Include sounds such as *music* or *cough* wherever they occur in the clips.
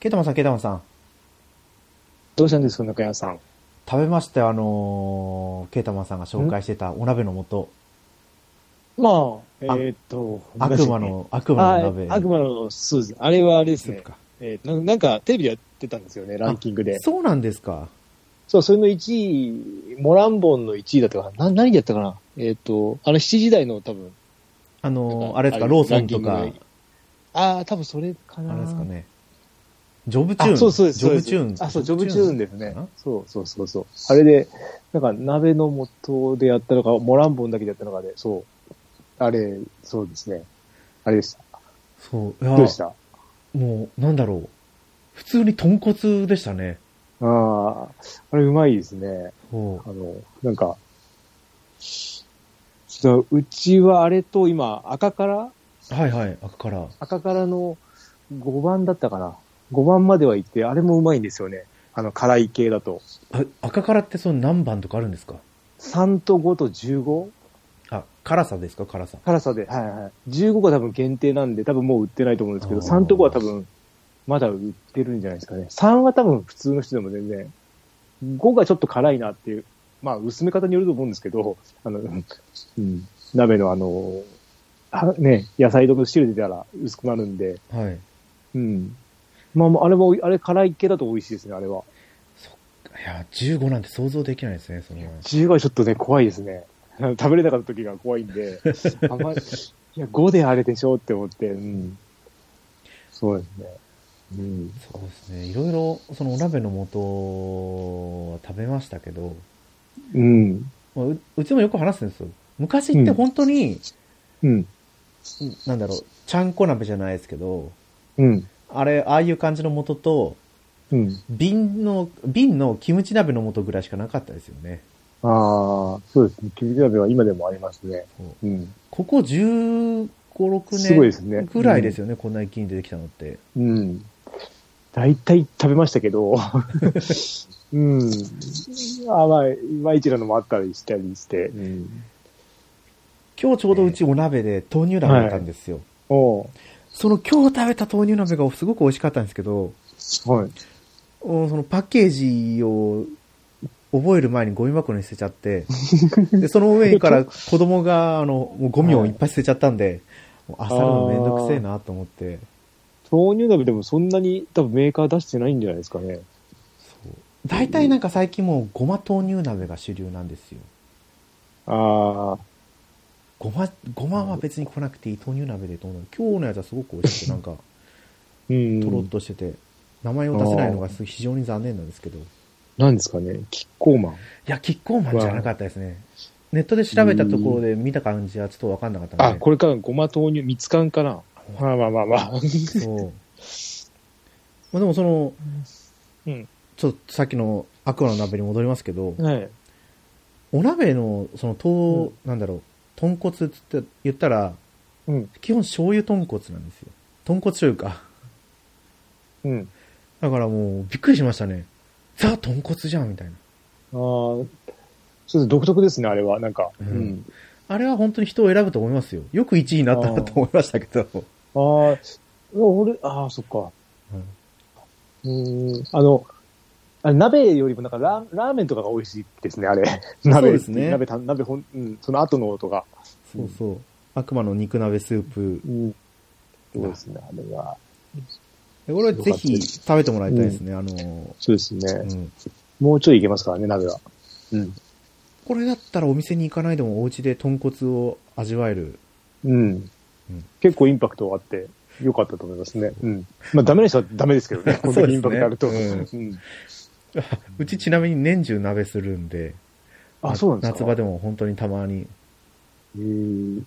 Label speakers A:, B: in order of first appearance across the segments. A: ケイタマンさん、ケイタマンさん。
B: どうしたんですか、中山さん。
A: 食べましたよ、あのー、ケイタマンさんが紹介してたお鍋の素。
B: まあ、えーっと、難
A: 悪
B: しいね
A: 魔。の、悪魔
B: あ
A: の鍋。
B: 悪魔の、そうです。あれはあれです
A: スープ
B: ね。
A: か。
B: えーななんか、テレビでやってたんですよね、ランキングで。
A: そうなんですか。
B: そう、それの1位、モランボンの1位だったかな。な何でやったかなえーっと、あの、7時台の多分。
A: あ
B: なん
A: のー、
B: か
A: あれですか、
B: あ
A: ローソンとか
B: ランキン、グでああ、多分それかな。
A: あれですかね。ジョブチューン。
B: あ、そうそうです。
A: ジョブチュー
B: そ
A: ン
B: うで。すあ、そう、ジョブチューンですね
A: かな。
B: そうそうそうそう。あれで、なんか鍋の素でやったのか、モランボンだけでやったのかで、そう。あれ、そうですね。あれでした。
A: そう。い
B: どうでし
A: や、
B: たあ
A: もう、なんだろう。普通に豚骨でしたね。
B: あー、あれうまいですね。
A: そう
B: あの、なんか、ちょっとうちはあれと今、赤から
A: はいはい、赤から。
B: 赤からの5番だったかな。5番までは行って、あれもうまいんですよね。あの、辛い系だと。
A: あ赤からってその何番とかあるんですか
B: 3と5と 15?
A: あ、辛さですか辛さ。
B: 辛さで、はいはい。15個多分限定なんで、多分もう売ってないと思うんですけど、
A: あー
B: 3とこは多分、まだ売ってるんじゃないですかね。3は多分普通の人でも全然、5がちょっと辛いなっていう、まあ、薄め方によると思うんですけど、あの、うん、鍋のあの、はね、野菜とか汁出たら薄くなるんで、
A: はい。
B: うん。まあまあ、あれも、あれ辛い系だと美味しいですね、あれは。
A: いや、15なんて想像できないですね、その。
B: 10はちょっとね、怖いですね。 *laughs* 食べれなかった時が怖いんで、あんまり、いや、5であれでしょって思って、うん。そうですね。うん。
A: そうですね。いろいろ、そのお鍋の素は食べましたけど、
B: うん。
A: まあううちもよく話すんですよ。昔って本当に、
B: うん。
A: なんだろう、ちゃんこ鍋じゃないですけど、
B: うん。
A: あれ、ああいう感じの素と、
B: うん。
A: 瓶の、瓶のキムチ鍋の素ぐらいしかなかったですよね。
B: ああ、そうですね。キムチ鍋は今でもありますね。
A: そう
B: うん。
A: ここ15、
B: すごいで
A: 6
B: すね
A: 年。ぐらいですよね、こんな一気に出てきたのって。
B: うん。大体食べましたけど、 *laughs* うん。あまあ、いまいちなのもあったりしたりして、うん。
A: 今日ちょうどうちお鍋で豆乳鍋だったんですよ。
B: おう
A: その今日食べた豆乳鍋がすごく美味しかったんですけど、
B: はい。
A: うんそのパッケージを覚える前にゴミ箱に捨てちゃって、でその上から子供があのもうゴミをいっぱい捨てちゃったんで、もう漁るのめんどくせえなと思って、
B: 豆乳鍋でもそんなに多分メーカー出してないんじゃないですかね。
A: そう大体なんか最近もうごま豆乳鍋が主流なんですよ。
B: ああ、
A: ごま、ごまは別に来なくていい豆乳鍋でどうなる今日のやつはすごく美味しくて、なんか、
B: うん。
A: とろっとしてて、名前を出せないのがす非常に残念なんですけど。い
B: なんですかね、キッコーマン。
A: や、キッコーマンじゃなかったですね。ネットで調べたところで見た感じはちょっとわかんなかったんで。
B: あ、これからごま豆乳、蜜缶かな。まあまあまあまあ。
A: そう。まあでもその、
B: うん
A: ちょっとさっきのアクアの鍋に戻りますけど、
B: *laughs* はい。
A: お鍋の、その、と
B: うん
A: なんだろう、豚骨つって言ったら、
B: うん。
A: 基本醤油豚骨なんですよ。豚骨醤油か。
B: うん。
A: だからもう、びっくりしましたね。ザ豚骨じゃんみたいな。
B: ああ、ちょっと独特ですね、あれは。なんか。
A: うんあれは本当に人を選ぶと思いますよ。よく1位になったなと思いましたけど。
B: うんああ、俺、ああ、そっか。
A: うん
B: うん。あの、あれ鍋よりもなんかラーラーメンとかが美味しいですね、あれ。
A: そう
B: 鍋
A: ですね
B: 鍋た、鍋ほん、うん、その後の音が。
A: そうそう。悪魔の肉鍋スープ。
B: うん。そうですね、あれは。
A: これはぜひ食べてもらいたいですね。あの、
B: そうですね。
A: うん。
B: もうちょいいけますからね、鍋は。うん。
A: これだったらお店に行かないでもお家で豚骨を味わえる。
B: うん。結構インパクトがあって、良かったと思いますね。うん。まあ、ダメな人はダメですけど
A: *laughs*
B: ね。こんだけインパクトあると。
A: そうで
B: うん
A: うちちなみに年中鍋するんで、
B: あ、そうなんですか。
A: 夏場でも本当にたまに。
B: へー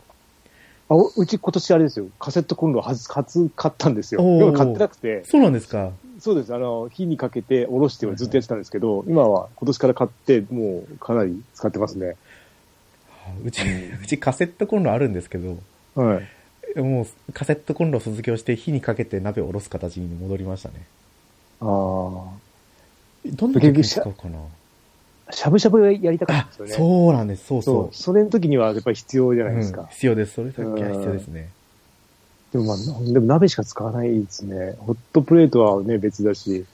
B: あおうち今年あれですよ、カセットコンロ初、初買ったんですよ。
A: おー
B: 今買ってなくて、
A: そうなんですか
B: そうです。あの、火にかけて、おろしてはずっとやってたんですけど、今は今年から買って、もうかなり使ってますね。
A: うち、 *laughs* うちカセットコンロあるんですけど、
B: はい。
A: もうカセットコンロ卒業して火にかけて鍋をおろす形に戻りましたね。
B: ああ。
A: どんな時に使うかな
B: しゃぶしゃぶがやりたかったん
A: あ
B: ですよ、ね。
A: そうなんです。そう
B: そ。
A: そう
B: それの時にはやっぱり必要じゃ
A: う。
B: ないですか。
A: うん必要です。それだけは必要ですね。
B: でもまあ、でも鍋しか使わないですね。ホットプレートはね、別だし。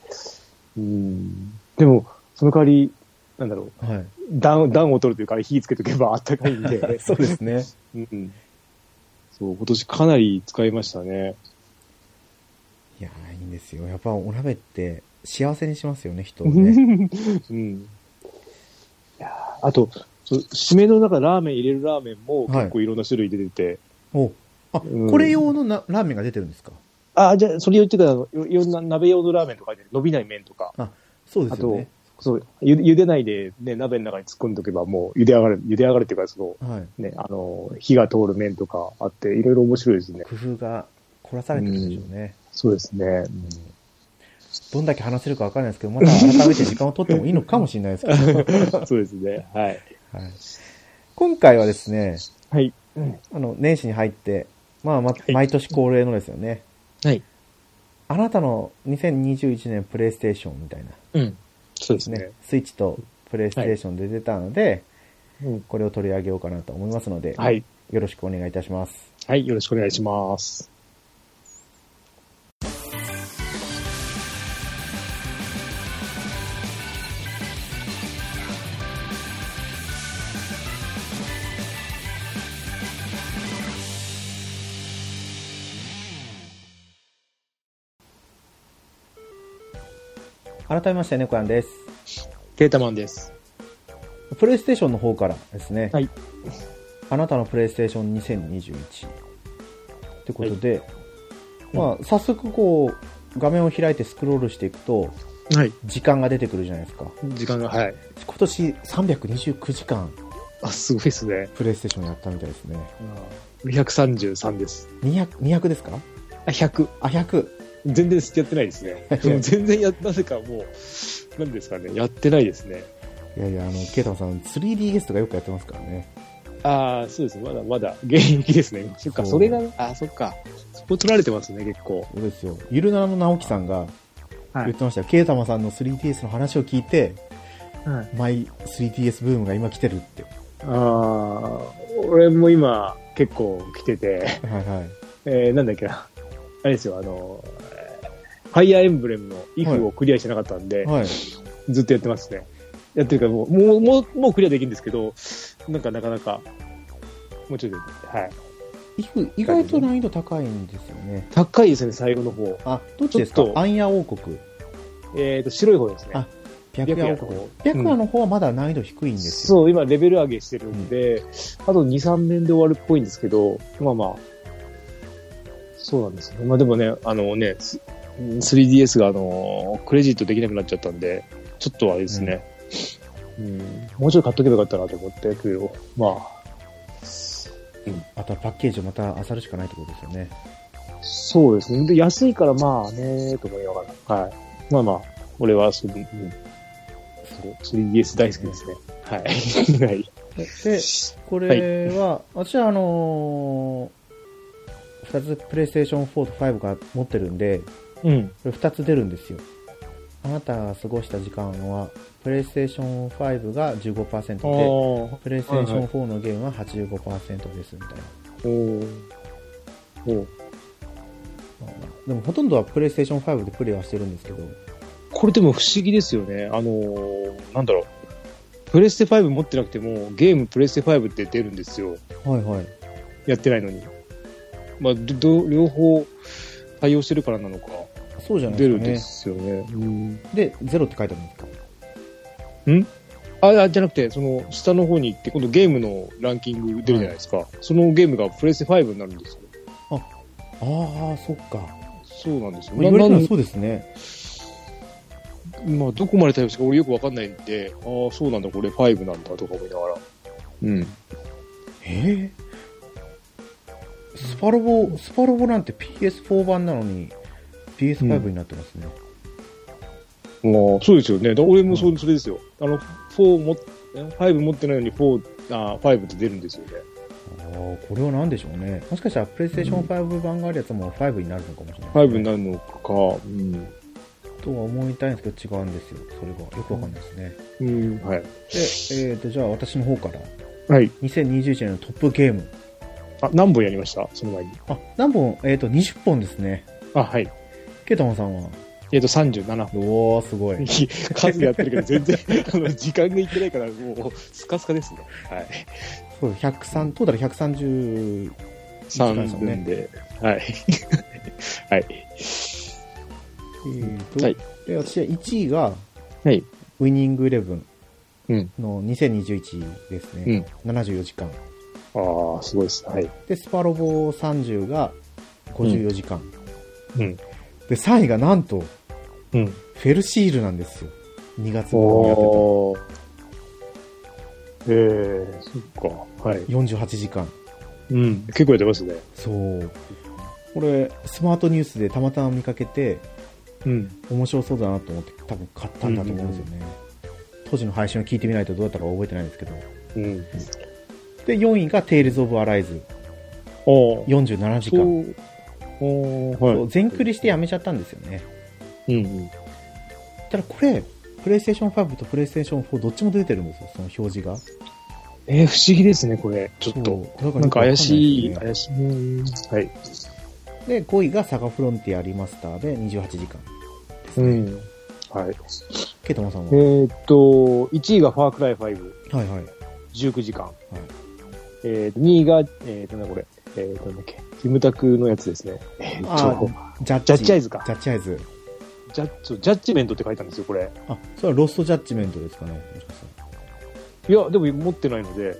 B: うん。でも、その代わり、なんだろう、
A: は
B: 暖暖を取るというか、火つけとけばあったかいんで *laughs*
A: い。。そうですね。
B: うん。そう、今年かなり使いましたね。
A: *laughs* いやー、いいんですよ。やっぱお鍋って幸せにしますよね、人を *laughs*
B: う
A: ね。
B: *laughs* ん。いやーあと、そう締めの中、ラーメン入れるラーメンも結構いろんな種類出てて、
A: おあ、
B: うん
A: これ用のなラーメンが出てるんですか
B: あ、じゃあ、それ言ってから、いろいろんな鍋用のラーメンとかで伸びない麺とか、
A: そうですよね。
B: そう、ゆ茹でないで、ね、鍋の中に突っ込んどけば、もう茹で上がる、茹で上がるっていうか、そ
A: はい。
B: の、ね、あの、火が通る麺とかあって、いろいろ面白いですね。
A: 工夫が凝らされてるんでしょうね。
B: そうですね。 *laughs*
A: どんだけ話せるかわかんないですけど、また改めて時間を取ってもいいのかもしれないですけど。
B: そうですね。はい。
A: はい、今回はですね、
B: はい。
A: あの、年始に入って、まあ、ま
B: い
A: 毎年恒例のですよね。
B: はい。
A: あなたの2021年プレイステーションみたいな、
B: うん。そうです
A: ね、
B: ね。
A: スイッチとプレイステーションで出たので、
B: うん
A: これを取り上げようかなと思いますので、
B: はい。
A: よろしくお願いいたします。
B: はい。よろしくお願いします。
A: 改めまして、猫やんです。
B: ケータマンです。
A: プレイステーションの方からですね、
B: はい
A: あなたのプレイステーション2021ということで、まあ、早速こう、画面を開いてスクロールしていくと、
B: はい。
A: 時間が出てくるじゃないですか。
B: 時間が、はい。
A: 今年329時間、
B: あ、すごいですね。
A: プレイステーションやったみたいですね。
B: 233です。
A: 200、200ですか
B: あ、100。
A: あ、100。。
B: 全然やってないですね *laughs* 全然や、なぜかもう、なんですかね、やってないですね。
A: いやいや、あの、ケイタマンさん、3D ゲストがよくやってますからね。
B: ああ、そうです。まだまだ、現役ですね。そっか、
A: そう
B: それが、ああ、そっか。そこ取られてますね、結構。
A: そうですよ。ゆるならの直樹さんが
B: は
A: 言ってましたよ。ケイタマンさんの 3DS の話を聞いて、
B: はい、
A: マイ 3DS ブームが今来てるって。
B: ああ、俺も今、結構来てて、
A: はいはい。
B: えー、なんだっけな。あれですよ、あの、えーファイアーエンブレムのイ
A: はい
B: フをクリアしなかったんで、
A: はい。
B: ずっとやってますね。やってるからもう、もう、もう、もうクリアできるんですけど、なんかなかなか、もうちょっと、はい。
A: イフ意外と難易度高いんですよね。
B: 高いですね、最後の方。
A: あ、どっちですか
B: ちょっと
A: アンヤ王国。
B: えっ、と、白い方ですね。
A: あ白夜王国。白
B: うん
A: 夜の方はまだ難易度低いんですよ。
B: そう、今レベル上げしてるんで、あと2、3年で終わるっぽいんですけど、まあまあ、そうなんですね。まあでもね、あのね、す 3DS があの、クレジットできなくなっちゃったんで、ちょっとあれですね、うん、もうちょっと買っとけばよかったなと思って、くよ。まあ、
A: あとはパッケージをまた漁るしかないってことですよね。
B: そうですね。で、安いからまあね、と思いながら。はい。まあまあ、俺はその、うん、そう 3DS 大好きですね。はい。 *laughs* はい。
A: で、これは、私はあのー、2つプレイステーション4と5が持ってるんで、
B: うん。
A: これ2つ出るんですよ。あなたが過ごした時間は、プレイステーション5が15%
B: あ
A: で、
B: ー
A: プレイステーシ
B: は
A: ョ
B: いは
A: ン4のゲームは85%ですみたいな。
B: おーおー
A: でもほとんどはプレイステーション5でプレイはしてるんですけど、
B: これでも不思議ですよね。あのーなんだろう。プレステ5持ってなくても、ゲームプレステ5って出るんですよ。
A: はいはい。
B: やってないのに。まあ、どど両方対応してるからなのか、
A: そうじゃない
B: 出るん
A: で
B: ですすよね。うん
A: かね。で、ゼロって書いてあるんですか
B: ああ、じゃなくて、その、下の方に行って、今度ゲームのランキング出るじゃないですか。そのゲームがプレステ5になるんですよ。
A: ああ、そっか。
B: そうなんですよ。
A: 言われた
B: な
A: ら
B: な
A: そうですね。
B: まあ、どこまで対応してるか俺よくわかんないんで、ああ、そうなんだ、これ5なんだ、とか思いながら。うん。
A: えー、スパロボ、スパロボなんて PS4 版なのに PS5 になってますね。
B: まあ、そうですよね。だ俺もそう、それですよ。あの、4も、5持ってないのに4、あ5って出るんですよね。
A: ああ、これは何でしょうね。もしかしたらプレイステーション5版があるやつも5になるのかもしれない、
B: 5になるのか、うん。
A: とは思いたいんですけど違うんですよそれがよくわかんないですね、
B: うん、はい。
A: で、えー、とじゃあ私の方から
B: はい。
A: 2021年のトップゲーム
B: あ、何本やりましたその前に。
A: あ、何本えっ、と、20本ですね。
B: あ、はい。
A: ケイタマンさんは。
B: えっ、と、37本。 *laughs*
A: おー、すごい。
B: 数やってるけど、全然、 *laughs* あの、時間がいってないから、もう、スカスカですね。はい。
A: そう、103、トータル130、
B: 3分で。はい。 *laughs* はい。
A: えーと、
B: はい
A: で、私は1位が、
B: はい。
A: ウィニングイレブン
B: うん。
A: の2021ですね。74時間。
B: ああ、すごいですね。はい。
A: で、スパロボ30が54時間。
B: うん。
A: で、3位がなんと、
B: うん。
A: フェルシールなんですよ。2月にやって
B: おー。えー、そっか。はい。
A: た。48時間。
B: うん。結構やってますね。
A: そう。これ、スマートニュースでたまたま見かけて、
B: うん。
A: 面白そうだなと思って多分買ったんだと思うんですよね。当時の配信を聞いてみないとどうだったか覚えてないんですけど。
B: うん。
A: で、4位が Tales of Arise。
B: おー。
A: 47時間。
B: そう。おー、
A: そう
B: はい。
A: 全クリしてやめちゃったんですよね。
B: うんうん。
A: ただこれ、PlayStation 5と PlayStation 4どっちも出てるんですよ、その表示が。
B: えー、不思議ですね、これ。ちょっと。
A: そうだら
B: なんか怪しい、
A: よくわかんな
B: 怪しい。うんはい。
A: ですねで、5位がサガフロンティアリマスターで28時間です
B: う
A: ね。
B: ん。はい。
A: ケイトマさん
B: え
A: は、
B: ーっと、1位がファークライ5、
A: はいはい。
B: 19時間。えーっと、2位が、えーっとね、これ、えーっと、なんだっけ、キムタクのやつですね。えーっ
A: あ
B: と、
A: ジャッ
B: ジャ
A: ジ。
B: ッジアイズか
A: ジャッジアイズ。
B: ジャッジ、ジャッジメントって書いたんですよ、これ。
A: あ、それはロストジャッジメントですかね。もしかしたら
B: いや、でも持ってないので、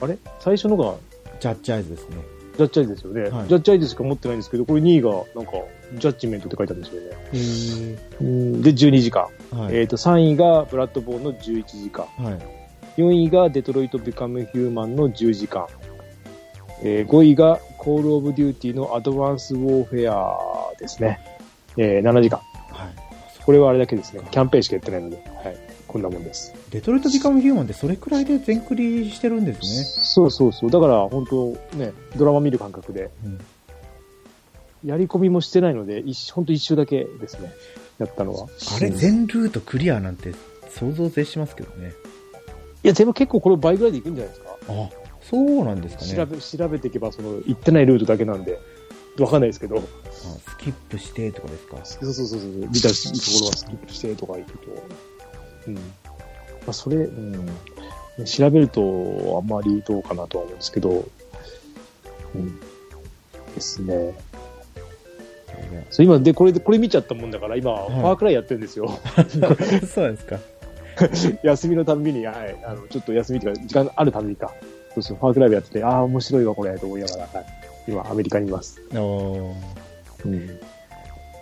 B: あれ最初のが
A: ジャッジアイズですね。
B: ジャッジアイズですよね。
A: はい
B: ジャッジアイズしか持ってないんですけど、これ2位が、なんか、ジャッジメントって書いたんですよね。
A: へー
B: うんで、12時間。
A: はい。
B: えーっと、3位がブラッドボーンの11時間。
A: はい。
B: 4位がデトロイト・ビカム・ヒューマンの10時間、えー5位がコール・オブ・デューティーのアドバンス・ウォーフェアですね、えー7時間
A: はい。
B: これはあれだけですねキャンペーンしかやってないので、はい、こんなもんです、
A: デトロイト・ビカム・ヒューマンってそれくらいで全クリしてるんです
B: そうそうそうだから本当ねドラマ見る感覚で
A: ね。うん
B: やり込みもしてないので一本当一周だけですねやったのは
A: あれ、
B: うん
A: 全ルートクリアなんて想像絶しますけどね。
B: いや全部結構これ倍ぐらいでいくんじゃないですか
A: あ、そうなんですかね。
B: 調べ調べていけばその行ってないルートだけなんでわかんないですけど
A: あスキップしてとかですか。
B: そうそうそうそう、見たところはスキップしてとか言うと、うん。まあ、それ、うん。調べると、あんまりどうかなとは思うんですけど、うん。ですね。
A: いや
B: そう、今、で、これ、これ見ちゃったもんだから、今、
A: い
B: ファークライやってるんですよ。
A: そうなんですか。
B: 休みのたんびに、はい、あの、ちょっと休みっていうか、時間あるたびにか。そうそう、ファークライやってて、ああ、面白いわ、これ、と思いながら、はい。今、アメリカにいます。
A: あの
B: うん。で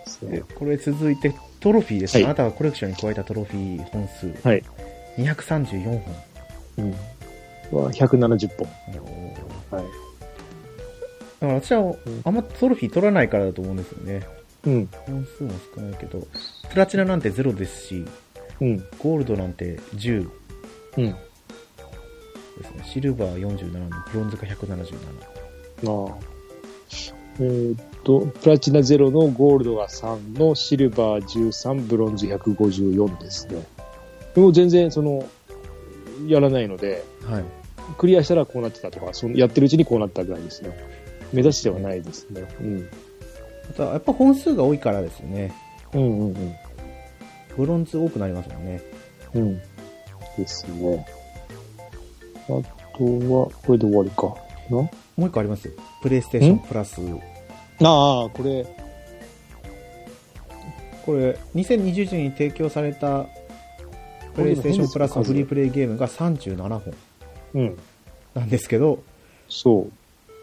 B: すね
A: ーこれ続いてトロフィーです、
B: はい
A: あなたがコレクションに加えたトロフィー本数。
B: はい。
A: 234本。
B: うん。は170
A: あのー
B: 本。はい。
A: だから私は
B: ん
A: あんまトロフィー取らないからだと思うんですよね。
B: うん。
A: 本数も少ないけど、プラチナなんてゼロですし、
B: うん。
A: ゴールドなんて10
B: うん。
A: ですね。シルバー47のブロンズが177。
B: ああえーっと、プラチナゼロのゴールドが3のシルバー13、ブロンズ154ですね。でも全然その、やらないので、
A: はい。
B: クリアしたらこうなってたとか、そのやってるうちにこうなったぐらいですね。目指してはないですね。うん。
A: あとはやっぱ本数が多いからですよね。
B: うんうん
A: ブロンズ多くなりますもんね。
B: うん。うん。ですね。あとは、これで終わりかな。
A: もう一個ありますよ。プレイステーションプラス。
B: ああ、これ、
A: これ、2020年に提供されたプレイステーションプラスのフリープレイゲームが37本
B: うん。
A: なんですけど、
B: そう。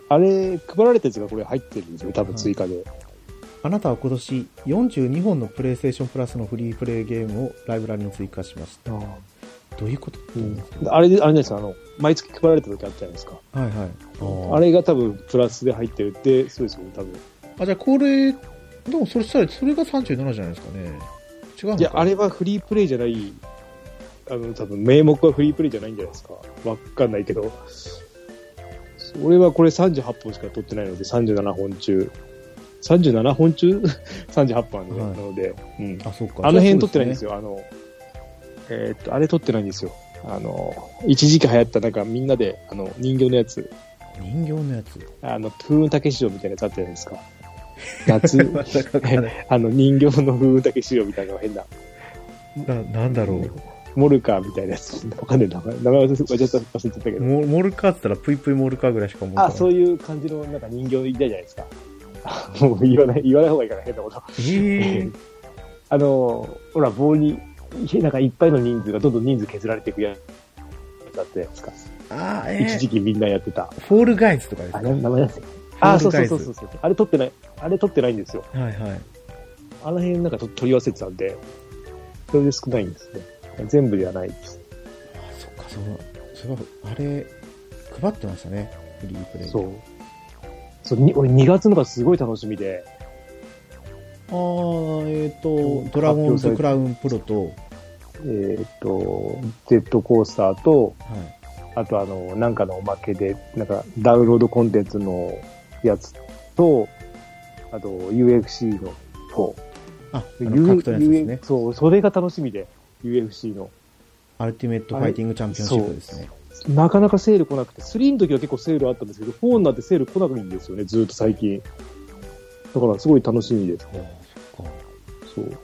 B: あれ、配られたやつがこれ入ってるんですよ。多分追加で。
A: あなたは今年42本のプレイステーションプラスのフリープレイゲームをライブラリに追加しまし
B: ああ。
A: た。どういうことって
B: う
A: 思うん
B: ん
A: ですけど、
B: あれで、あれですか、あの、毎月配られた時あったじゃないですか。
A: はいはい。
B: あ
A: あれ
B: れが多分プラスで入ってるって、そうですよね、多分。
A: あ、じゃあこれ、でもそれしたら、それが37じゃないですかね。違うのか
B: いや、あれはフリープレイじゃない、あの、多分名目はフリープレイじゃないんじゃないですか。わかんないけど。俺はこれ38本しか取ってないので、37本中。37本中 *laughs* ?38 本あるので、
A: はい
B: なので、うん。
A: あ、そうか。
B: あの辺撮ってないんです
A: よ。
B: よ。あの、えーっと、あれ撮ってないんですよ。あの、一時期流行った、なんかみんなで、あの、人形のやつ、
A: 人形のやつ。
B: あの、風雲竹市場みたいなやつあったじゃないですか。
A: *laughs*
B: 夏、
A: まさかわからない
B: あの、人形の風雲竹市場みたいな変な、
A: な、なんだろ
B: モルカーみたいなやつ。わかんない名前、名前忘れ忘れちゃった忘れちゃったけ
A: う。
B: ど。
A: モモルカーって言ったら、ぷいぷいモルカーぐらいしか思う。
B: あ、そうういう感じのなんか人形いたじゃないですか。 *laughs* あもう言わない、言わない方がいいから変なこと。
A: ええ
B: あの、ほら、棒に、なんかいっぱいの人数がどんどん人数削られていくやつだったじゃないですか。
A: あー、え
B: 一
A: え
B: 時期みんなやってた。
A: フォールガイズとかです
B: あ、
A: か
B: な名前なんですか
A: フォ
B: あ、
A: ー
B: そ
A: ル
B: うそ
A: ガ
B: う
A: イズ
B: そうそうそう。あれ撮ってない、あれ撮ってないんですよ。
A: はいはい。
B: あの辺なんかと取り忘れてたんで、それで少ないんですね。全部ではないです。
A: あそっか、そうそれは、あれ、配ってましたね。フリープレイ。。
B: そうう。そう、に俺2月のがすごい楽しみで、
A: あー、えっ、
B: う
A: と、
B: ん
A: ドラゴンズクラウンプロと、
B: えーっと、ジェットコースターと、
A: はい。
B: あとあの、なんかのおまけで、なんかダウンロードコンテンツのやつと、あと UFC の方。
A: あ、あの格闘のやつですね
B: U。そう、それが楽しみで、UFC の。
A: アルティメットファイティングチャンピオンシップですね。
B: なかなかセール来なくて、3の時は結構セールあったんですけど、4になってセール来なくいんですよね、ずーっと最近。だからすごい楽しみです
A: ああ
B: ね。、
A: そっか。
B: そう。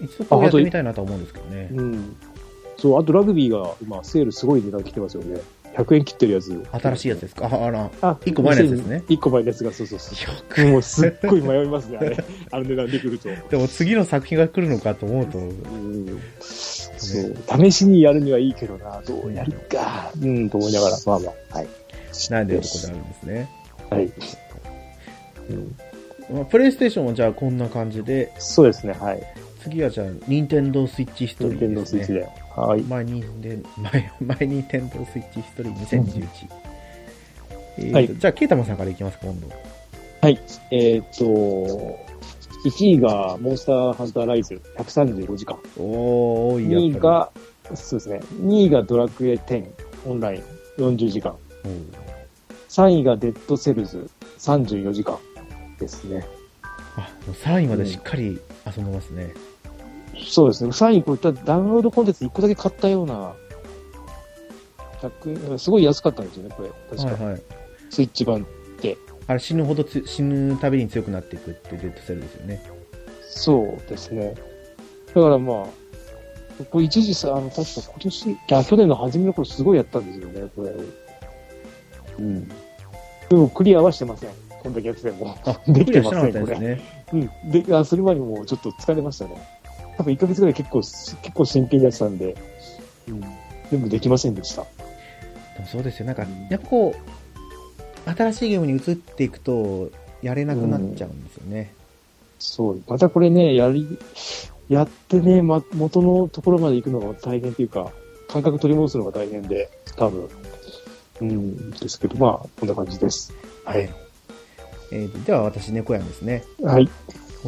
A: 一度こうやってみたいなとは思うんですけどね。
B: うん。そう、あとラグビーが今セールすごい値段来てますよね。100円切ってるやつ。
A: 新しいやつですかあ、あら。
B: あ、
A: 一個前のやつですね
B: 一個前のやつが、そうそうそう。
A: よ
B: もうすっごい迷いますね、あれ。あの値段でくると。
A: *laughs* でも次の作品が来るのかと思うと、
B: うん。そう。試しにやるにはいいけどな、どうやるか。うん、と思いながら、まあまあ。はい。
A: なんでよってことあるんですね。
B: はい。うん、
A: まあ、プレイステーションはじゃあこんな感じで、
B: そうですね、はい。
A: 次はじゃあ、ニンテンドースイッチヒト
B: 任
A: リ
B: 天
A: ー
B: 堂
A: です
B: スイッチ
A: ね。
B: で。はい。
A: 前ニンテン、前、 *laughs* 前ニンテンドースイッチヒトリー2011。えーと
B: はい
A: じゃあ、ケイタマさんからいきますか、今度。
B: はい。えーっと、1位がモンスターハンターライズ135時間。
A: おー、多いやっぱり
B: 2位、が、そうですね。2位がドラクエ10オンライン40時間。
A: うん
B: 3位がデッドセルズ34時間ですね。
A: あ、もう3位までしっかり遊んでますね。
B: そうですね。3位こういったダウンロードコンテンツ1個だけ買ったような、100円すごい安かったんですよね、これ。確か。
A: はいはい。
B: スイッチ版。
A: あれ死ぬほどつ死ぬたびに強くなっていくってデッドセルですよね。
B: そうですね。だからまあ、これ一時さ、あの、確か今年、いや、去年の初めの頃すごいやったんですよね、これを。うん。でもクリアはしてません。こんだけやって
A: *laughs*
B: ても。
A: あ、
B: で
A: ク
B: き
A: リ
B: て
A: アして
B: ま
A: な
B: せ
A: かっ
B: ん
A: たですね。
B: うん。で、あそれまでもうちょっと疲れましたね。多分1ヶ月ぐらい結構、結構真剣にやってたんで、うん。全部できませんでした。
A: でもそうですよ。なんか
B: うん、
A: やっぱこう、新しいゲームに移っていくと、やれなくなっちゃうんですよね。
B: そう。またこれね、やり、やってね、ま、元のところまで行くのが大変というか、感覚取り戻すのが大変で、多分。うん、ですけど、まあ、こんな感じです。はい。
A: えーとでは私、猫やんですね。
B: はい。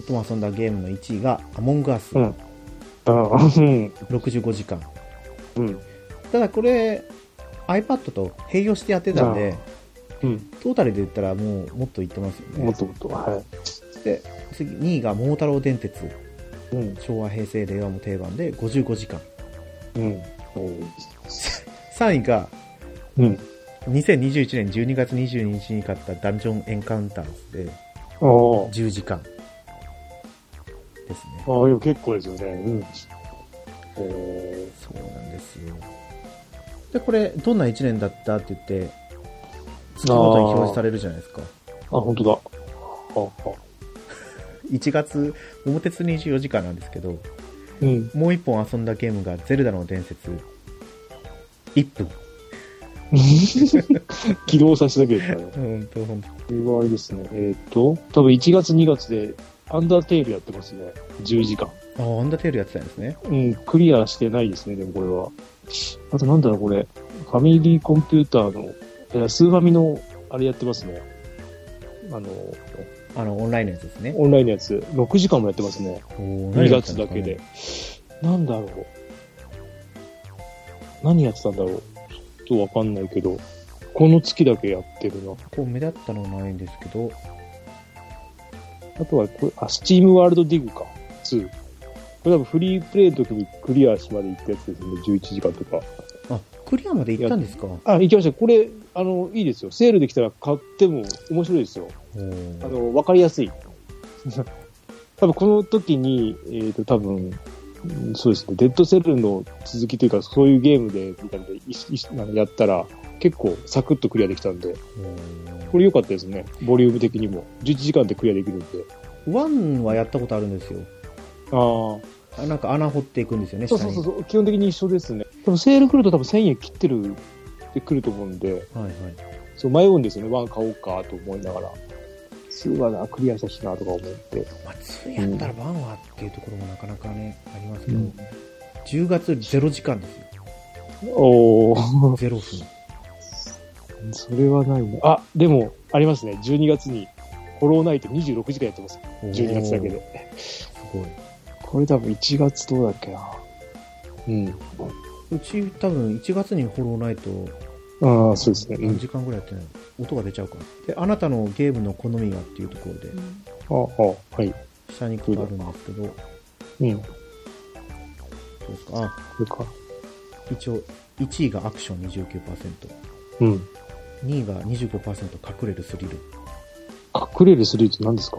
A: 最も遊んだゲームの1位が、アモングアス、
B: うんあーうん。
A: 65時間。
B: うん。
A: ただこれ、iPad と併用してやってたんで、
B: うん。
A: トータルで言ったらもうもっといってますよ
B: も
A: ね
B: っ。ともっと。は
A: で、次、2位が桃太郎電鉄。
B: い。うん。
A: 昭和、平成、令和も定番で55時間。
B: うん。
A: 3位が、
B: うん。
A: 2021年12月22日に買ったダンジョンエンカウンターズで
B: おー
A: 10時間ですね。
B: ああ、でも結構ですよね。うん。え
A: そうなんですよ。で、これ、どんな1年だったって言って、月ごとに表示されるじゃないですか。
B: ー、あ、本当だ。ああ。
A: 1月、桃鉄24時間なんですけど、
B: うん。
A: もう1本遊んだゲームがゼルダの伝説。1分。
B: *laughs* 起動させただけですからね。
A: うんと、ほんと
B: これはあれですね。えーっ、と、多分1月2月で、アンダーテールやってますね。10時間。
A: あー、アンダーテールやってたんですね。
B: うん、クリアしてないですね、でもこれは。あとなんだろう、これ。ファミリーコンピューターの、えースーファミの、あれやってますね。あの、
A: あの、オンラインのやつですね。
B: オンラインのやつ、6時間もやってますね。
A: おー
B: 2月だけで。。なんだろう。何やってたんだろう。ちょっとわかんないけど、この月だけやってるな。
A: こう目立ったのはないんですけど、
B: あとはこれ、あ、スチームワールドディグか、2。これ多分フリープレイの時にクリアしまで行ったやつですね、11時間とか。
A: あ、クリアまで行ったんですか
B: あ、行きました。これ、あの、いいですよ。セールできたら買っても面白いですよ。
A: おー
B: あの、わかりやすい。 *laughs* 多分この時に、えっ、と、多分、うんそうですね、デッドセルの続きというか、そういうゲームで、みたいなのでいいしなんかやったら、結構サクッとクリアできたんで、
A: お
B: これ良かったですね。ボリューム的にも。11時間でクリアできるんで。
A: ーワンはやったことあるんですよ。
B: ああ。
A: あなんか穴掘っていくんですよね、
B: そう
A: 下
B: そう
A: に。
B: そう
A: そ
B: そう、基本的に一緒ですね。でもセール来ると多分1000円切ってる、で来ると思うんで、
A: う。はいはい。
B: そう迷うんですよね。ワン買おうかと思いながら。すぐはな、クリアしたしなとか思って。
A: まあ、2やったらワンはっていうところもなかなかね、ありますけ
B: う
A: ど、
B: ん
A: 10月0時間ですよ。
B: おー。
A: 0分。
B: それはないな。あ、でも、ありますね。12月に、ホローナイト26時間やってます。12月だけ
A: おー。
B: で。
A: すごい。
B: これ多分1月どうだっけな。うん。
A: うち多分1月にホローナイト
B: ああ、そうですね。う
A: 何
B: ん。
A: 時間ぐらいやってない、音が出ちゃうから。で、あなたのゲームの好みがっていうところで、
B: ああ、はい。
A: 下に行くとあるんですけど、ど
B: うん。
A: うですか。あ、
B: これか。
A: 一応、1位がアクション29%、
B: うん。
A: 2位が25%隠れるスリル。
B: 隠れるスリーって何ですか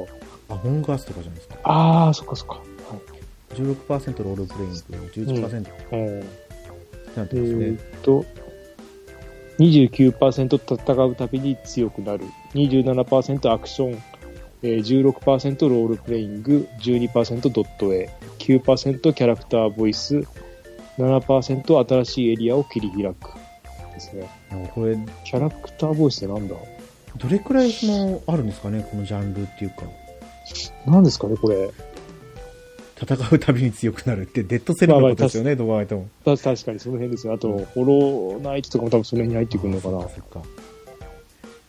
A: あ、ホンガースとかじゃないですか。
B: ああ、そっかそっか。
A: 16%ロールプレイング、11%
B: はい。うん
A: なんて
B: え
A: ですね。
B: ーっと、29%戦うたびに強くなる。27%アクション。えー16%ロールプレイング。12%ドット絵。9%キャラクターボイス。7%新しいエリアを切り開く。ですね。
A: なんかこれ、
B: キャラクターボイスってなんだ
A: どれくらいその、あるんですかね、このジャンルっていうか。
B: なんですかね、これ。
A: 戦うたびに強くなるって、デッドセルのことですよね、どう考えても。
B: た確かにその辺ですね。あと、フォローナイトとかも多分その辺に入ってくるのかな
A: あ。そっか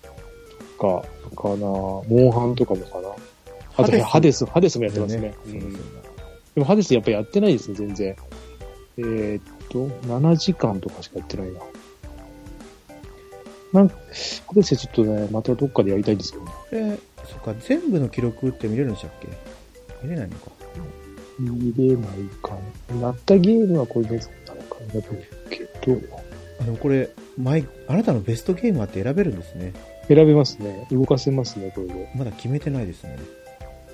A: そっか
B: か、かな。モンハンとかもかな。あと、ハ
A: ハ
B: デ
A: デ
B: ス、ハデスもやってますね。
A: そう
B: う
A: ですよ
B: ん
A: ね
B: でもハデスやっぱやってないですね、全然。えーっと、7時間とかしかやってないな。なんハデスはちょっとね、またどっかでやりたいんですけどね。
A: これ、そっか、全部の記録って見れるんでしたっけ見れないのか。
B: 見れないかな。なったゲームはこれですかね。だけど、
A: あでもこれ、前、あなたのベストゲームはって選べるんですね。
B: 選べますね。動かせますね、これで。
A: まだ決めてないですね。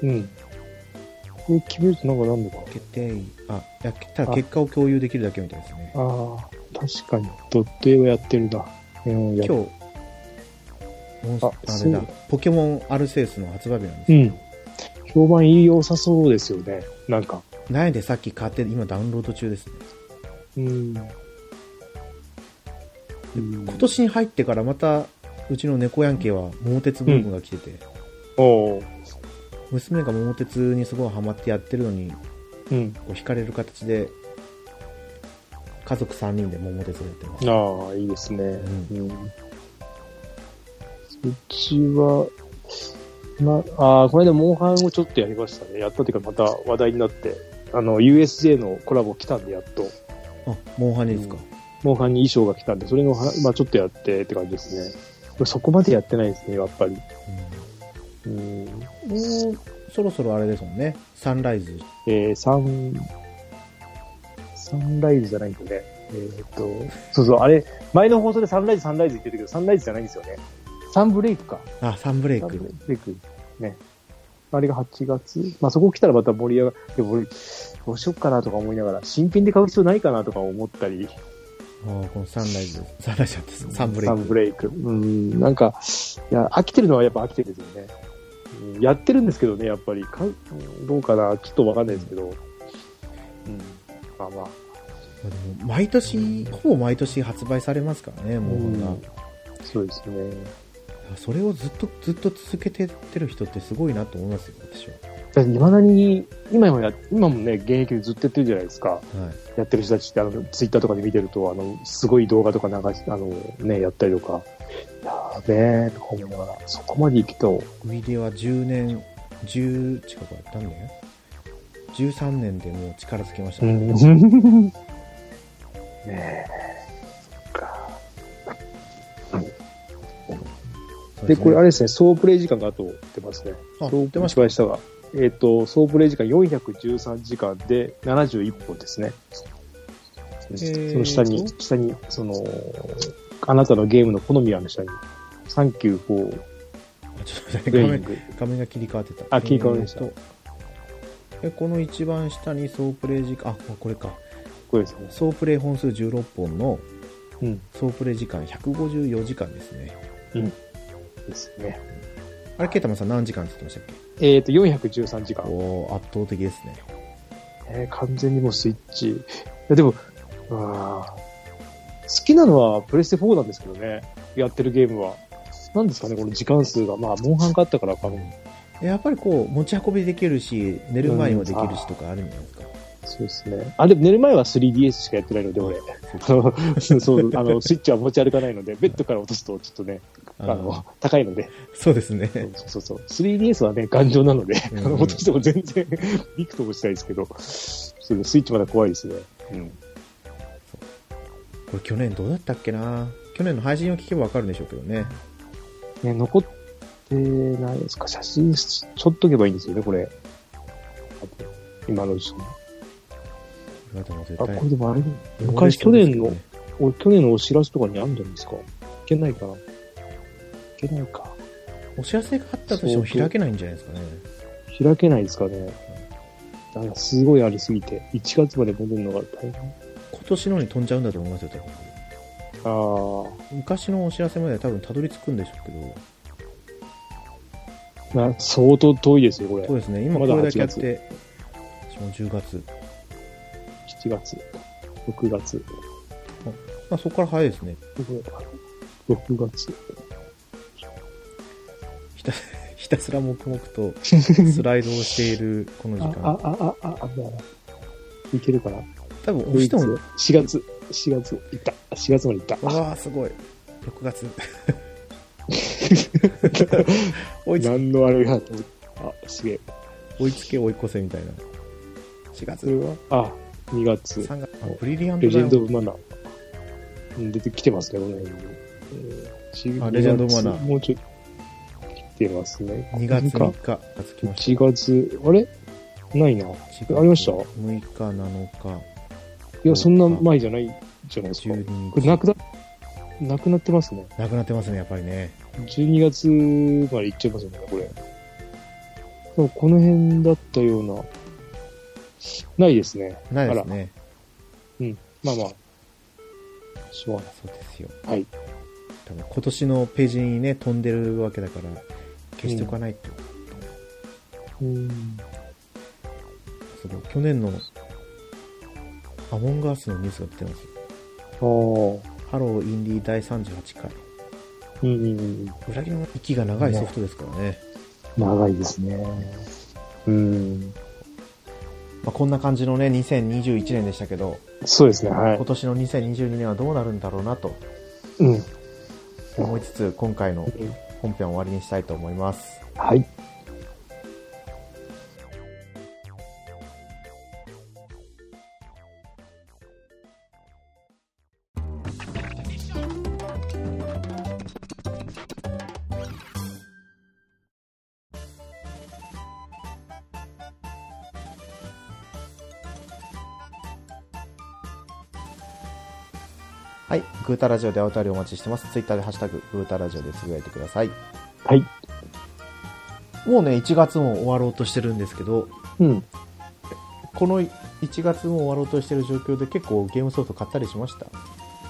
B: うん。これ決めるとなんかなんのかな。
A: 決定、あ、いやただ結果を共有できるだけみたいですね。
B: ああ、確かに。ドット絵はやってるな。うん、や
A: 今日、モンス
B: あ
A: あれだ
B: そう、
A: ポケモンアルセウスの発売日なんです
B: う
A: よ。
B: ん。評判いい良さそうですよね。なんか。
A: ないでさっき買って、今ダウンロード中ですね。
B: うん。
A: 今年に入ってからまた、うちの猫やんけは桃鉄ブームが来てて、
B: おう
A: 娘が桃鉄にすごいハマってやってるのに、
B: うん。
A: こう惹かれる形で、家族3人で桃鉄をやってます。
B: ああ、いいですね。
A: う
B: うん。うちは、ま、ああ、この間、モンハンをちょっとやりましたね。やったっていうか、また話題になって、あの、USJ のコラボ来たんで、やっと。
A: あ、モンハンにですか。
B: モンハンに衣装が来たんで、それのは、まあ、ちょっとやってって感じですね。そこまでやってないですね、やっぱり。うん。
A: うんもうそろそろあれですもんね。サンライズ。
B: えー、サン、サンライズじゃないんですよね。えーっと、そうそう、あれ、前の放送でサンライズ、サンライズ言ってるけど、サンライズじゃないんですよね。サンブレイクか。
A: あ、サンブレイ
B: サンブ
A: ク。
B: レイク。ね。あれが8月。まあ、そこ来たらまた盛り上がでも俺、どうしよっかなとか思いながら、新品で買う必要ないかなとか思ったり、
A: ああこのサンライズ。サンライズだったサンブレイ
B: サ
A: ク。
B: ンブレイク。うん、なんか、いや、飽きてるのはやっぱ飽きてるんですよね。うんやってるんですけどね、やっぱり。かんどうかな、ちょっとわかんないですけど。うん。まあまあ。
A: まあでも毎年、ほぼ毎年発売されますからね、モンハンが。
B: そうですね。
A: それをずっとずっと続けてってる人ってすごいなと思いますよ、私は。
B: だって未だに、今もや、今もね、現役でずっとやってるじゃないですか。
A: はい。
B: やってる人たちって、あの、ツイッターとかで見てると、あの、すごい動画とか流し、あの、ね、やったりとか、やべえ、とか思いながら、そこまで行くと、
A: ウィデは10年、10近くやったんだよ。13年でもう力つけましたね。
B: ねえ、そっか。
A: そう
B: で、
A: すね
B: これあれですね、総プレイ時間があと出ますね。
A: あ、
B: 総
A: 出まし
B: 一番下が。えっ、と、総プレイ時間413時間で71本ですね。その下に、下に、その、あなたのゲームの好みはの下に、サンキューフォー
A: あちょっと待って
B: プレ
A: 画
B: イ
A: 面、
B: ング。
A: 画面が切り替わってた。
B: あ切り替わりました
A: えーとえこの一番下に総プレイ時間、あ、これか。
B: これですね。
A: 総プレイ本数16本の
B: うん。
A: 総プレイ時間154時間ですね。
B: ですね。
A: あれ、ケイタマンさん何時間って言ってましたっ
B: えっ、と、413時間
A: け。おー圧倒的ですね。
B: えー完全にもうスイッチ。いや、でも、あー好きなのはプレステ4なんですけどね。やってるゲームは。なんですかね、この時間数が。まあ、モンハンがあったからかも。
A: やっぱりこう、持ち運びできるし、寝る前にもできるしとかあるんじゃないですか。
B: そうですね。あ、でも寝る前は 3DS しかやってないので、俺。あの *laughs* そう、あの、スイッチは持ち歩かないので、ベッドから落とすと、ちょっとね、あ
A: あ
B: の、高いので、
A: そうですね。
B: そうそうそう。3DS はね、頑丈なので、
A: う
B: あ
A: ん
B: の落としても全然、びくともしないですけど、そうスイッチまだ怖いですね。うん。
A: これ去年どうだったっけな去年の配信を聞けばわかるんでしょうけどね。
B: ね、残ってないですか写真し、ちょっとけばいいんですよね、これ。あと今のうちに。
A: あ、絶
B: あ、こ
A: 対
B: れでもあれ、昔去年の、お去年のお知らせとかにあるんじゃないですかいけないかないけないか。
A: お知らせがあったとしても開けないんじゃないですかね。
B: 開けないですかね。なんかすごいありすぎて、1月まで戻るのが大変。
A: 今年のに飛んじゃうんだと思いますよ、多分。
B: ああ
A: 昔のお知らせまで多分たどり着くんでしょうけど。、
B: まあ相当遠いですよ、これ
A: そう。ですね、今こ
B: まだ
A: れだけやって、私も10月。
B: 7月、6月、
A: まあそこから早いですね。
B: 6月。
A: ひたす *laughs* ら黙々とスライドをしているこの時
B: あ、 *laughs*
A: 間。、
B: ああ、あ、あ、あ、もう、いけるかな
A: 多分
B: ド
A: 押
B: イ
A: して
B: ツ
A: も、
B: 4月、4月、行った。4月まで行った。
A: わあ、すごい。6月。
B: *laughs*
A: 追いつ
B: 何のあれがあったあ、すげえ。
A: 追いつけ追い越せみたいな。4
B: それ
A: 月、
B: はあ、2月、
A: 3月、あブリリアント
B: レジ
A: ダ
B: ェンド・
A: ウ
B: オブ・マナーうん。出てきてますね、この辺に。えー
A: あレジェンドオブマナー
B: もうちょい、来てますね。
A: ン。2月
B: か
A: 3。日がつきまし
B: 1月、あれないな。い
A: た。
B: ありました
A: ?6 日、7日、
B: や、そんな前じゃないじゃないですか。
A: 12
B: これ
A: 日。
B: なくな、なくなってますね。
A: なくなってますね、やっぱりね。
B: 12月まで行っちゃいますよね、これ。でもこの辺だったような、ないですね。
A: ないですね。
B: まあまあ、しょうがない。
A: そうですよ。
B: はい。
A: 多分今年のページにね、飛んでるわけだから、消しておかないと。
B: うん。
A: その去年のアモンガースのニュースが出てますよ
B: ああ、うん
A: ハローインディー第38回。
B: うんうん。
A: 裏切りの息が長いソフトですからね。
B: 長いですね。うん。
A: まあ、こんな感じのね、2021年でしたけど、
B: そうですね、はい
A: 今。年の2022年はどうなるんだろうなと
B: うん。
A: 思いつつ、今回の本編を終わりにしたいと思います。
B: はい。
A: はい。グータラジオでお便りお待ちしてます。ツイッターでハッシュタグ、グータラジオでつぶやいてください。
B: はい。
A: もうね、1月も終わろうとしてるんですけど、
B: うん。
A: この1月も終わろうとしてる状況で結構ゲームソフト買ったりしました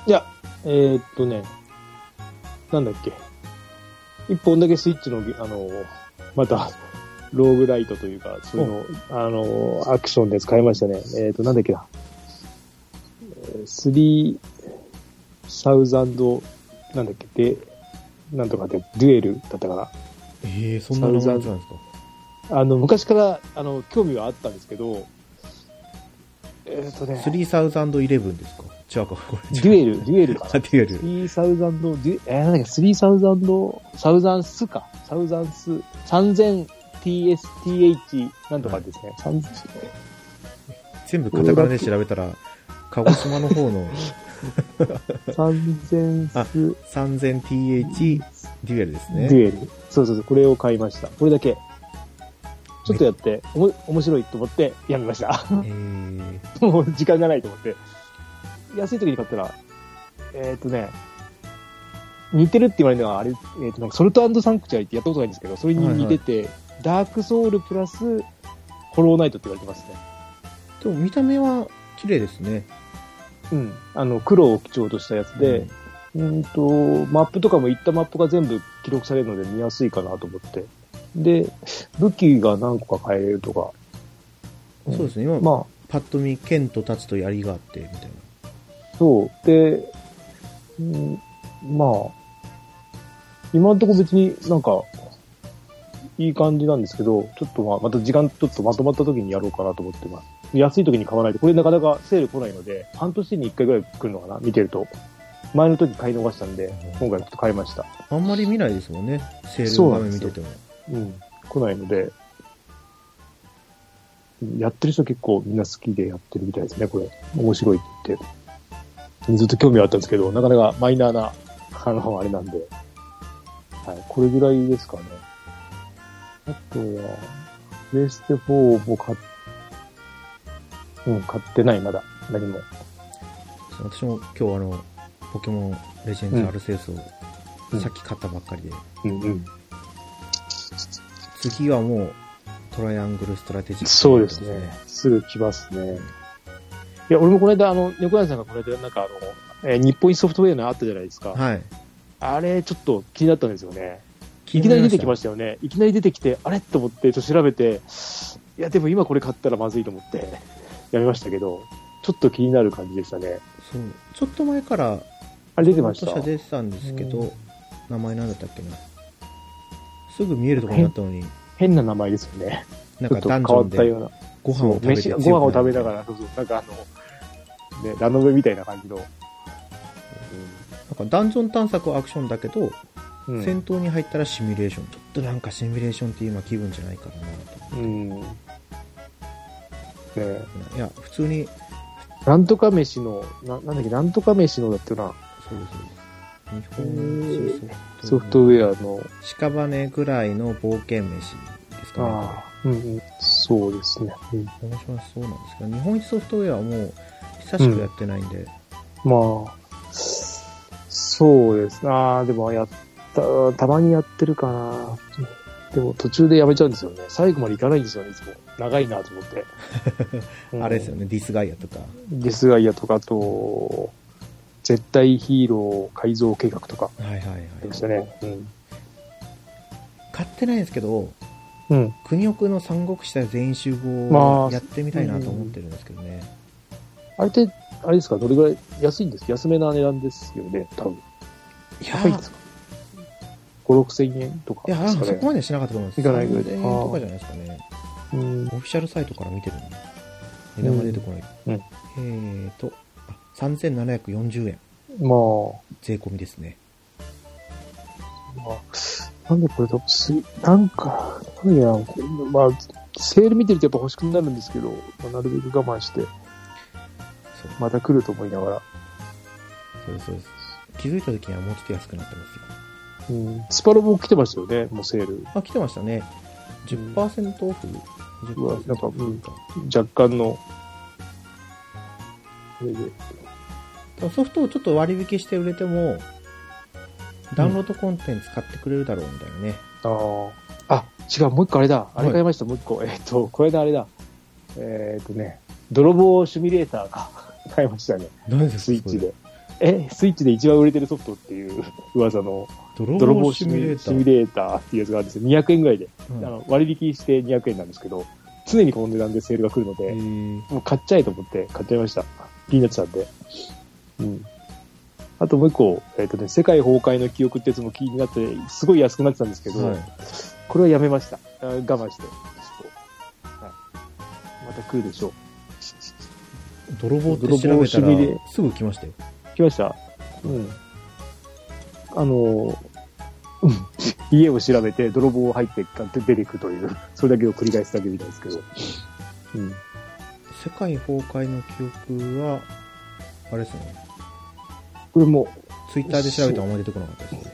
B: いや、えーっとね、なんだっけ。一本だけスイッチのゲ、あの、また、ローグライトというか、そういうの、あの、アクションで使いましたね。えーっと、なんだっけな。スリー、サウザンド、なんだっけ、で、なんとかで、デュエルだったかな。
A: ええそんなのなんですか
B: あの、昔から、あの、興味はあったんですけど、えーっとね、
A: 3011ですか違うか、こ
B: デ
A: れ。
B: ュエル、デュエルかな
A: あ、。デュエル。
B: 3サウザンド、デュえー、なんだっけ、3サウザンド、サウザンスか。サウザンス、3000TSTH なんとかですね。3000
A: 全部カタカナで調べたら、鹿児島の方の
B: 3000ス、
A: 3000th デュエルです
B: デ
A: ね。
B: ュエル。そうそうそう、これを買いました。これだけ。ちょっとやって、おも面白いと思ってやめました。
A: えー
B: もう時間がないと思って。安い時に買ったら、えっ、とね、似てるって言われるのは、あれ、えーとなんかソルトサンクチュアリってやったことないんですけど、それに似てて、ダークソウルプラス、ホローナイトって言われてますね。
A: でも見た目は綺麗ですね。
B: うん。あの、黒を基調としたやつで、
A: うん、
B: うんと、マップとかも行ったマップが全部記録されるので見やすいかなと思って。で、武器が何個か変えれるとか。ん
A: そうですね。今、
B: ま
A: パッと見、剣と立つと槍があって、みたいな。
B: あ、そう。で、うん、まあ、今のところ別になんか、いい感じなんですけど、ちょっとまあ、また時間ちょっとまとまった時にやろうかなと思ってます。安い時に買わないと、これなかなかセール来ないので、半年に1回ぐらい来るのかな、見てると。前の時買い逃したんで、今回ちょっと買いました。
A: あんまり見ないですもんね。セール
B: そう
A: の
B: な
A: 画
B: んで
A: 面
B: す
A: 見
B: よ
A: てても。
B: うん、来ないので、やってる人結構みんな好きでやってるみたいですね、これ。面白いって言って。ずっと興味はあったんですけど、なかなかマイナーな、あの、あれなんで。はい、これぐらいですかね。あとは、プレステ4も買っ、うん、買ってない、まだ。何も。
A: 私も今日あの、ポケモンレジェンズアルセウスを
B: うん
A: さっき買ったばっかりで、
B: うんうん。
A: 次はもう、トライアングルストラテジック。
B: そうですね。。すぐ来ますね。いや、俺もこの間、あの、猫屋さんがこの間、なんかあの、えー日本ソフトウェアのあったじゃないですか。
A: はい。
B: あれ、ちょっと気になったんですよね。
A: 気
B: い
A: に
B: き
A: な
B: な
A: り
B: り
A: ま
B: 出
A: した
B: てきましたよね。いきなり出てきて、あれと思って、ちょっと調べて、いや、でも今これ買ったらまずいと思って、やめましたけど、ちょっと気になる感じでしたね。
A: そう。ちょっと前から、
B: あれ出てました
A: ちょっとした出てたんですけど、
B: うん
A: 名前なんだったっけな。すぐ見えるところになったのに、
B: 変な名前ですよね。
A: なん
B: ち
A: か
B: ょっと
A: ダ
B: 変
A: ンジョ
B: わ
A: ン
B: った
A: で
B: ような。
A: ご飯
B: そ
A: を
B: う
A: 食べて
B: 飯
A: 強
B: ご
A: くなる
B: 飯を食べながら、そうそう、なんかあの、ね、ラノベみたいな感じの。
A: なんかダンジョン探索はアクションだけど、
B: うん
A: 戦闘に入ったらシミュレーション。ちょっとなんかシミュレーションって今気分じゃないからな
B: うん。ねえ
A: と。いや、普通に、
B: なんとか飯の、ななんだっけ、なんとか飯のだってな、
A: そうですそうです。日本の
B: ソフトウェアの、
A: 屍ぐらいの冒険飯ですかね
B: ああ、うんうん、そうですね。うん
A: これ。面白そうなんですけど、日本一ソフトウェアはもう久しくやってないんで、
B: まあ、そうですね。ああ、でもやった、たまにやってるかな。でも途中でやめちゃうんですよね。最後までいかないんですよね、いつも。長いなと
A: *laughs*
B: 思って。うん
A: あれですよ。ね、ディスガイアとか。
B: ディスガイアとか、あと、絶対ヒーロー改造計画とか
A: はいはいはい。
B: でしたね。うん。
A: 買ってないですけど、
B: うん。
A: 国奥の三国志隊全員集合
B: ま
A: を
B: あ
A: やってみたいなと思ってるんですけどね。
B: あれって、あれですか、どれぐらい安いんです安めな値段ですよね、多分。
A: いや
B: 高いん
A: ー
B: ですか ?5、6千円とか
A: い
B: で
A: や、なん
B: す
A: か
B: か
A: そ
B: ね
A: こ。まではしなかったと思います。
B: いかないぐらい
A: 3000円とかじゃないですかね。
B: うん
A: オフィシャルサイトから見てるんで。値段が出てこない。
B: うん
A: えーと、あ3740円。
B: まあ、
A: 税込みですね。
B: まあなんでこれ多分す、なんか、なんや、こんなまあ、セール見てるとやっぱ欲しくなるんですけど、まあなるべく我慢して、
A: そう
B: また来ると思いながら。
A: そうです、そうです。気づいた時にはもうちょっと安くなってますよ。
B: うん、スパロボ来てましたよね、もうセール。
A: あ、来てましたね。10%オフ
B: うわなんか
A: ?10% オフか。
B: 若干の。これで
A: 多分ソフトをちょっと割引して売れても、ダウンロードコンテンツ買ってくれるだろうみたいなね。
B: あーあ、違う、もう一個あれだ。
A: は
B: あれ
A: い
B: 買いました、もう一個。 *laughs* えっと、これ間あれだ。えーっとね、泥棒シミュレーターが *laughs* 買いましたね、
A: 何ですか
B: スイッチで。え、スイッチで一番売れてるソフトっていう *laughs* 噂の
A: それ泥
B: 泥
A: 棒
B: 棒
A: シ
B: シ
A: ミ
B: ミ
A: ュ
B: ュ
A: レ
B: レ
A: ー
B: ー
A: タ
B: タ
A: ー。
B: ーっていうやつがあるんですよ。200円ぐらいで。
A: うん
B: あの割引して200円なんですけど、常にこの値段でセールが来るの
A: え
B: で、
A: ー
B: もう買っちゃえと思って買っちゃいました。気になってたんで。うん。あともう一個、えっ、とね、世界崩壊の記憶ってやつも気になって、すごい安くなってたんですけど、
A: はい
B: これはやめました。あ我慢して。ちょっと。はい。また来るでしょ
A: 泥棒って調べ
B: 泥棒シ
A: た
B: ミュレ
A: らすぐ来ましたよ。
B: う。来ましたうん。あの、うん *laughs* 家を調べて泥棒入って出てくるという、それだけを繰り返すだけみたいですけど。うん。
A: 世界崩壊の記憶は、あれですね。
B: これも、
A: ツイッターで調べたらあんまり出てこなかったです。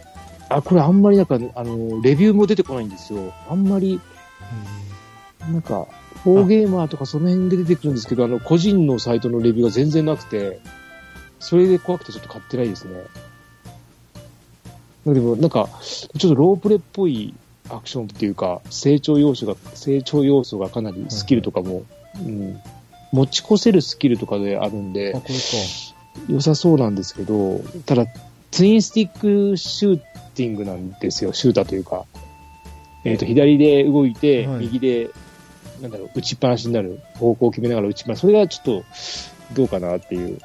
B: あ、これあんまりなんか、あの、レビューも出てこないんですよ。あんまり、なんか、フォーゲーマーとかその辺で出てくるんですけど、あの、個人のサイトのレビューが全然なくて、それで怖くてちょっと買ってないですね。でもなんか、ちょっとロープレっぽいアクションっていうか、成長要素が、成長要素がかなりスキルとかも、うん、持ち越せるスキルとかであるんで
A: あ、、これか。
B: 良さそうなんですけど、ただ、ツインスティックシューティングなんですよ、シューターというか。えっ、と、左で動いて、
A: はい
B: 右で、なんだろう、打ちっぱなしになる、方向を決めながら打ちっぱなし、それがちょっと、どうかなっていう。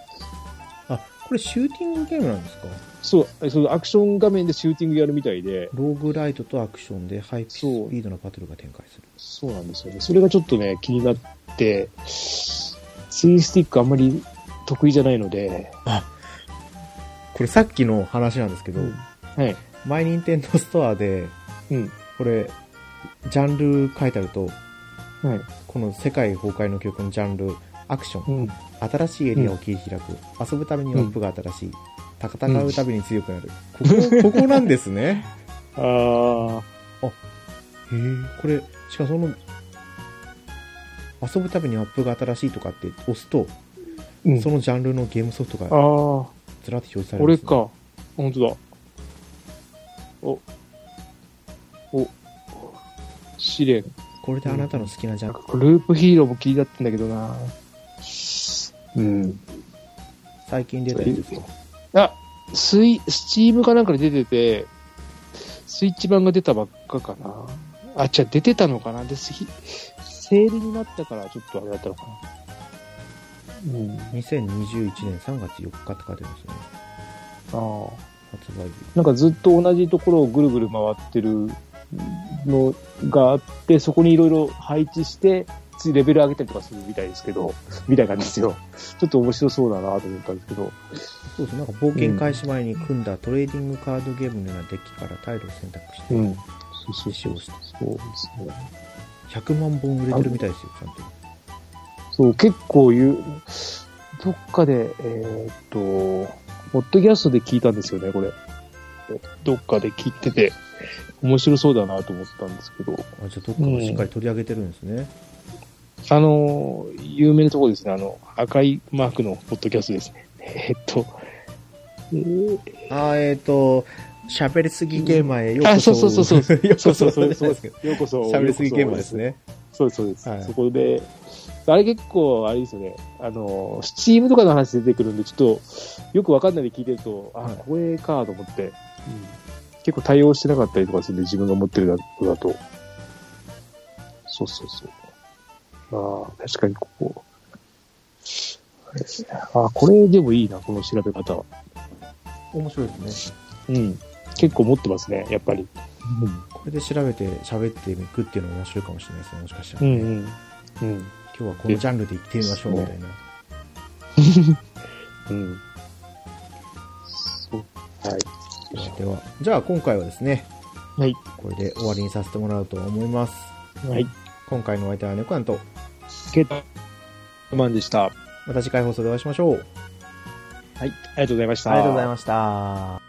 A: あ、これシューティングゲームなんですか
B: そうえ、そのアクション画面でシューティングやるみたいで、
A: ローグライトとアクションでハイスピードなバトルが展開する。
B: そうなんですよね。それがちょっとね、気になって、ツインスティックあんまり得意じゃないので、
A: これさっきの話なんですけど、
B: うんはい。
A: マイニンテンドーストアで、
B: うん。
A: これ、ジャンル書いてあると、
B: はい。
A: この世界崩壊の曲のジャンル、アクション、
B: うん。
A: 新しいエリアを切り開く、遊ぶためにマップが新しい、戦うために強くなる。ここ、ここなんです
B: *laughs*
A: ね。
B: あー、
A: へえ、これ、しかもその、遊ぶためにマップが新しいとかって押すと、
B: うん
A: そのジャンルのゲームソフトが
B: あー。
A: ずらって表示されるんで
B: 俺
A: すね。
B: か。本当だ。お。お。試練。
A: これであなたの好きなジャ
B: なん
A: ンル
B: か、ループヒーローも気になってんだけどなうん。
A: 最近出たやつですか
B: あ、スイ、スチームかなんかで出てて、スイッチ版が出たばっかかな。あ、じゃあ出てたのかな。で、すひセールになったから、ちょっとあれだったのかな。うん。あ
A: ?2021 年3月4日って書いてますね。
B: あ。
A: 発売日。
B: なんかずっと同じところをぐるぐる回ってるのがあって、そこにいろいろ配置して、ついレベル上げたりとかするみたいですけど、 *laughs* みたいなんですよ。ちょっと面白そうだなと思ったんですけど。
A: そうですね。なんか冒険開始前に組んだトレーディングカードゲームのようなデッキからタイルを選択して、
B: ん。そうそう
A: 石
B: そう。
A: をして、
B: そうですね。
A: 100万本売れてるみたいですよ、ちゃんと。
B: そう、結構言う、どっかで、えーっと、ポッドキャストで聞いたんですよね、これ。どっかで聞いてて、面白そうだなと思ったんですけど。
A: あ、じゃあどっかがしっかり取り上げてるんですね。
B: あのー、有名なところですね。あの、赤いマークのポッドキャストですね。えーっと、えー
A: あー、えっ、ー、と、喋りすぎゲーマーへようこそ。
B: あ、そうそうそうそう。
A: よ
B: *laughs* そう
A: うこそ。
B: そうそうそうです。ようこそ。
A: 喋りすぎゲーマーです。ね。
B: そうです、そうです。
A: はい
B: そこで、あれ結構、あれですよね。あの、スチームとかの話出てくるんで、ちょっと、よくわかんないで聞いてると、
A: はい
B: あ、これかと思って、結構対応してなかったりとかするんで、自分が持ってるだとだと。そうそうそう。ああ、確かにここ。あれですね。あ、これでもいいな、この調べ方は。
A: 面白いですね。
B: うん。結構持ってますね、やっぱり。
A: これで調べて喋っていくっていうのも面白いかもしれないですね、もしかしたら。
B: うんうん。うん。
A: 今日はこのジャンルで行ってみましょうみたいな。
B: うん。そう。はい。
A: ではでは、じゃあ今回はですね、
B: はい。
A: これで終わりにさせてもらおうと思います。
B: はい。
A: 今回のお相手はネコアンと、
B: ケートマンでした。はい。
A: また次回放送でお会いしましょう。
B: ありがとうございました。
A: ありがとうございました。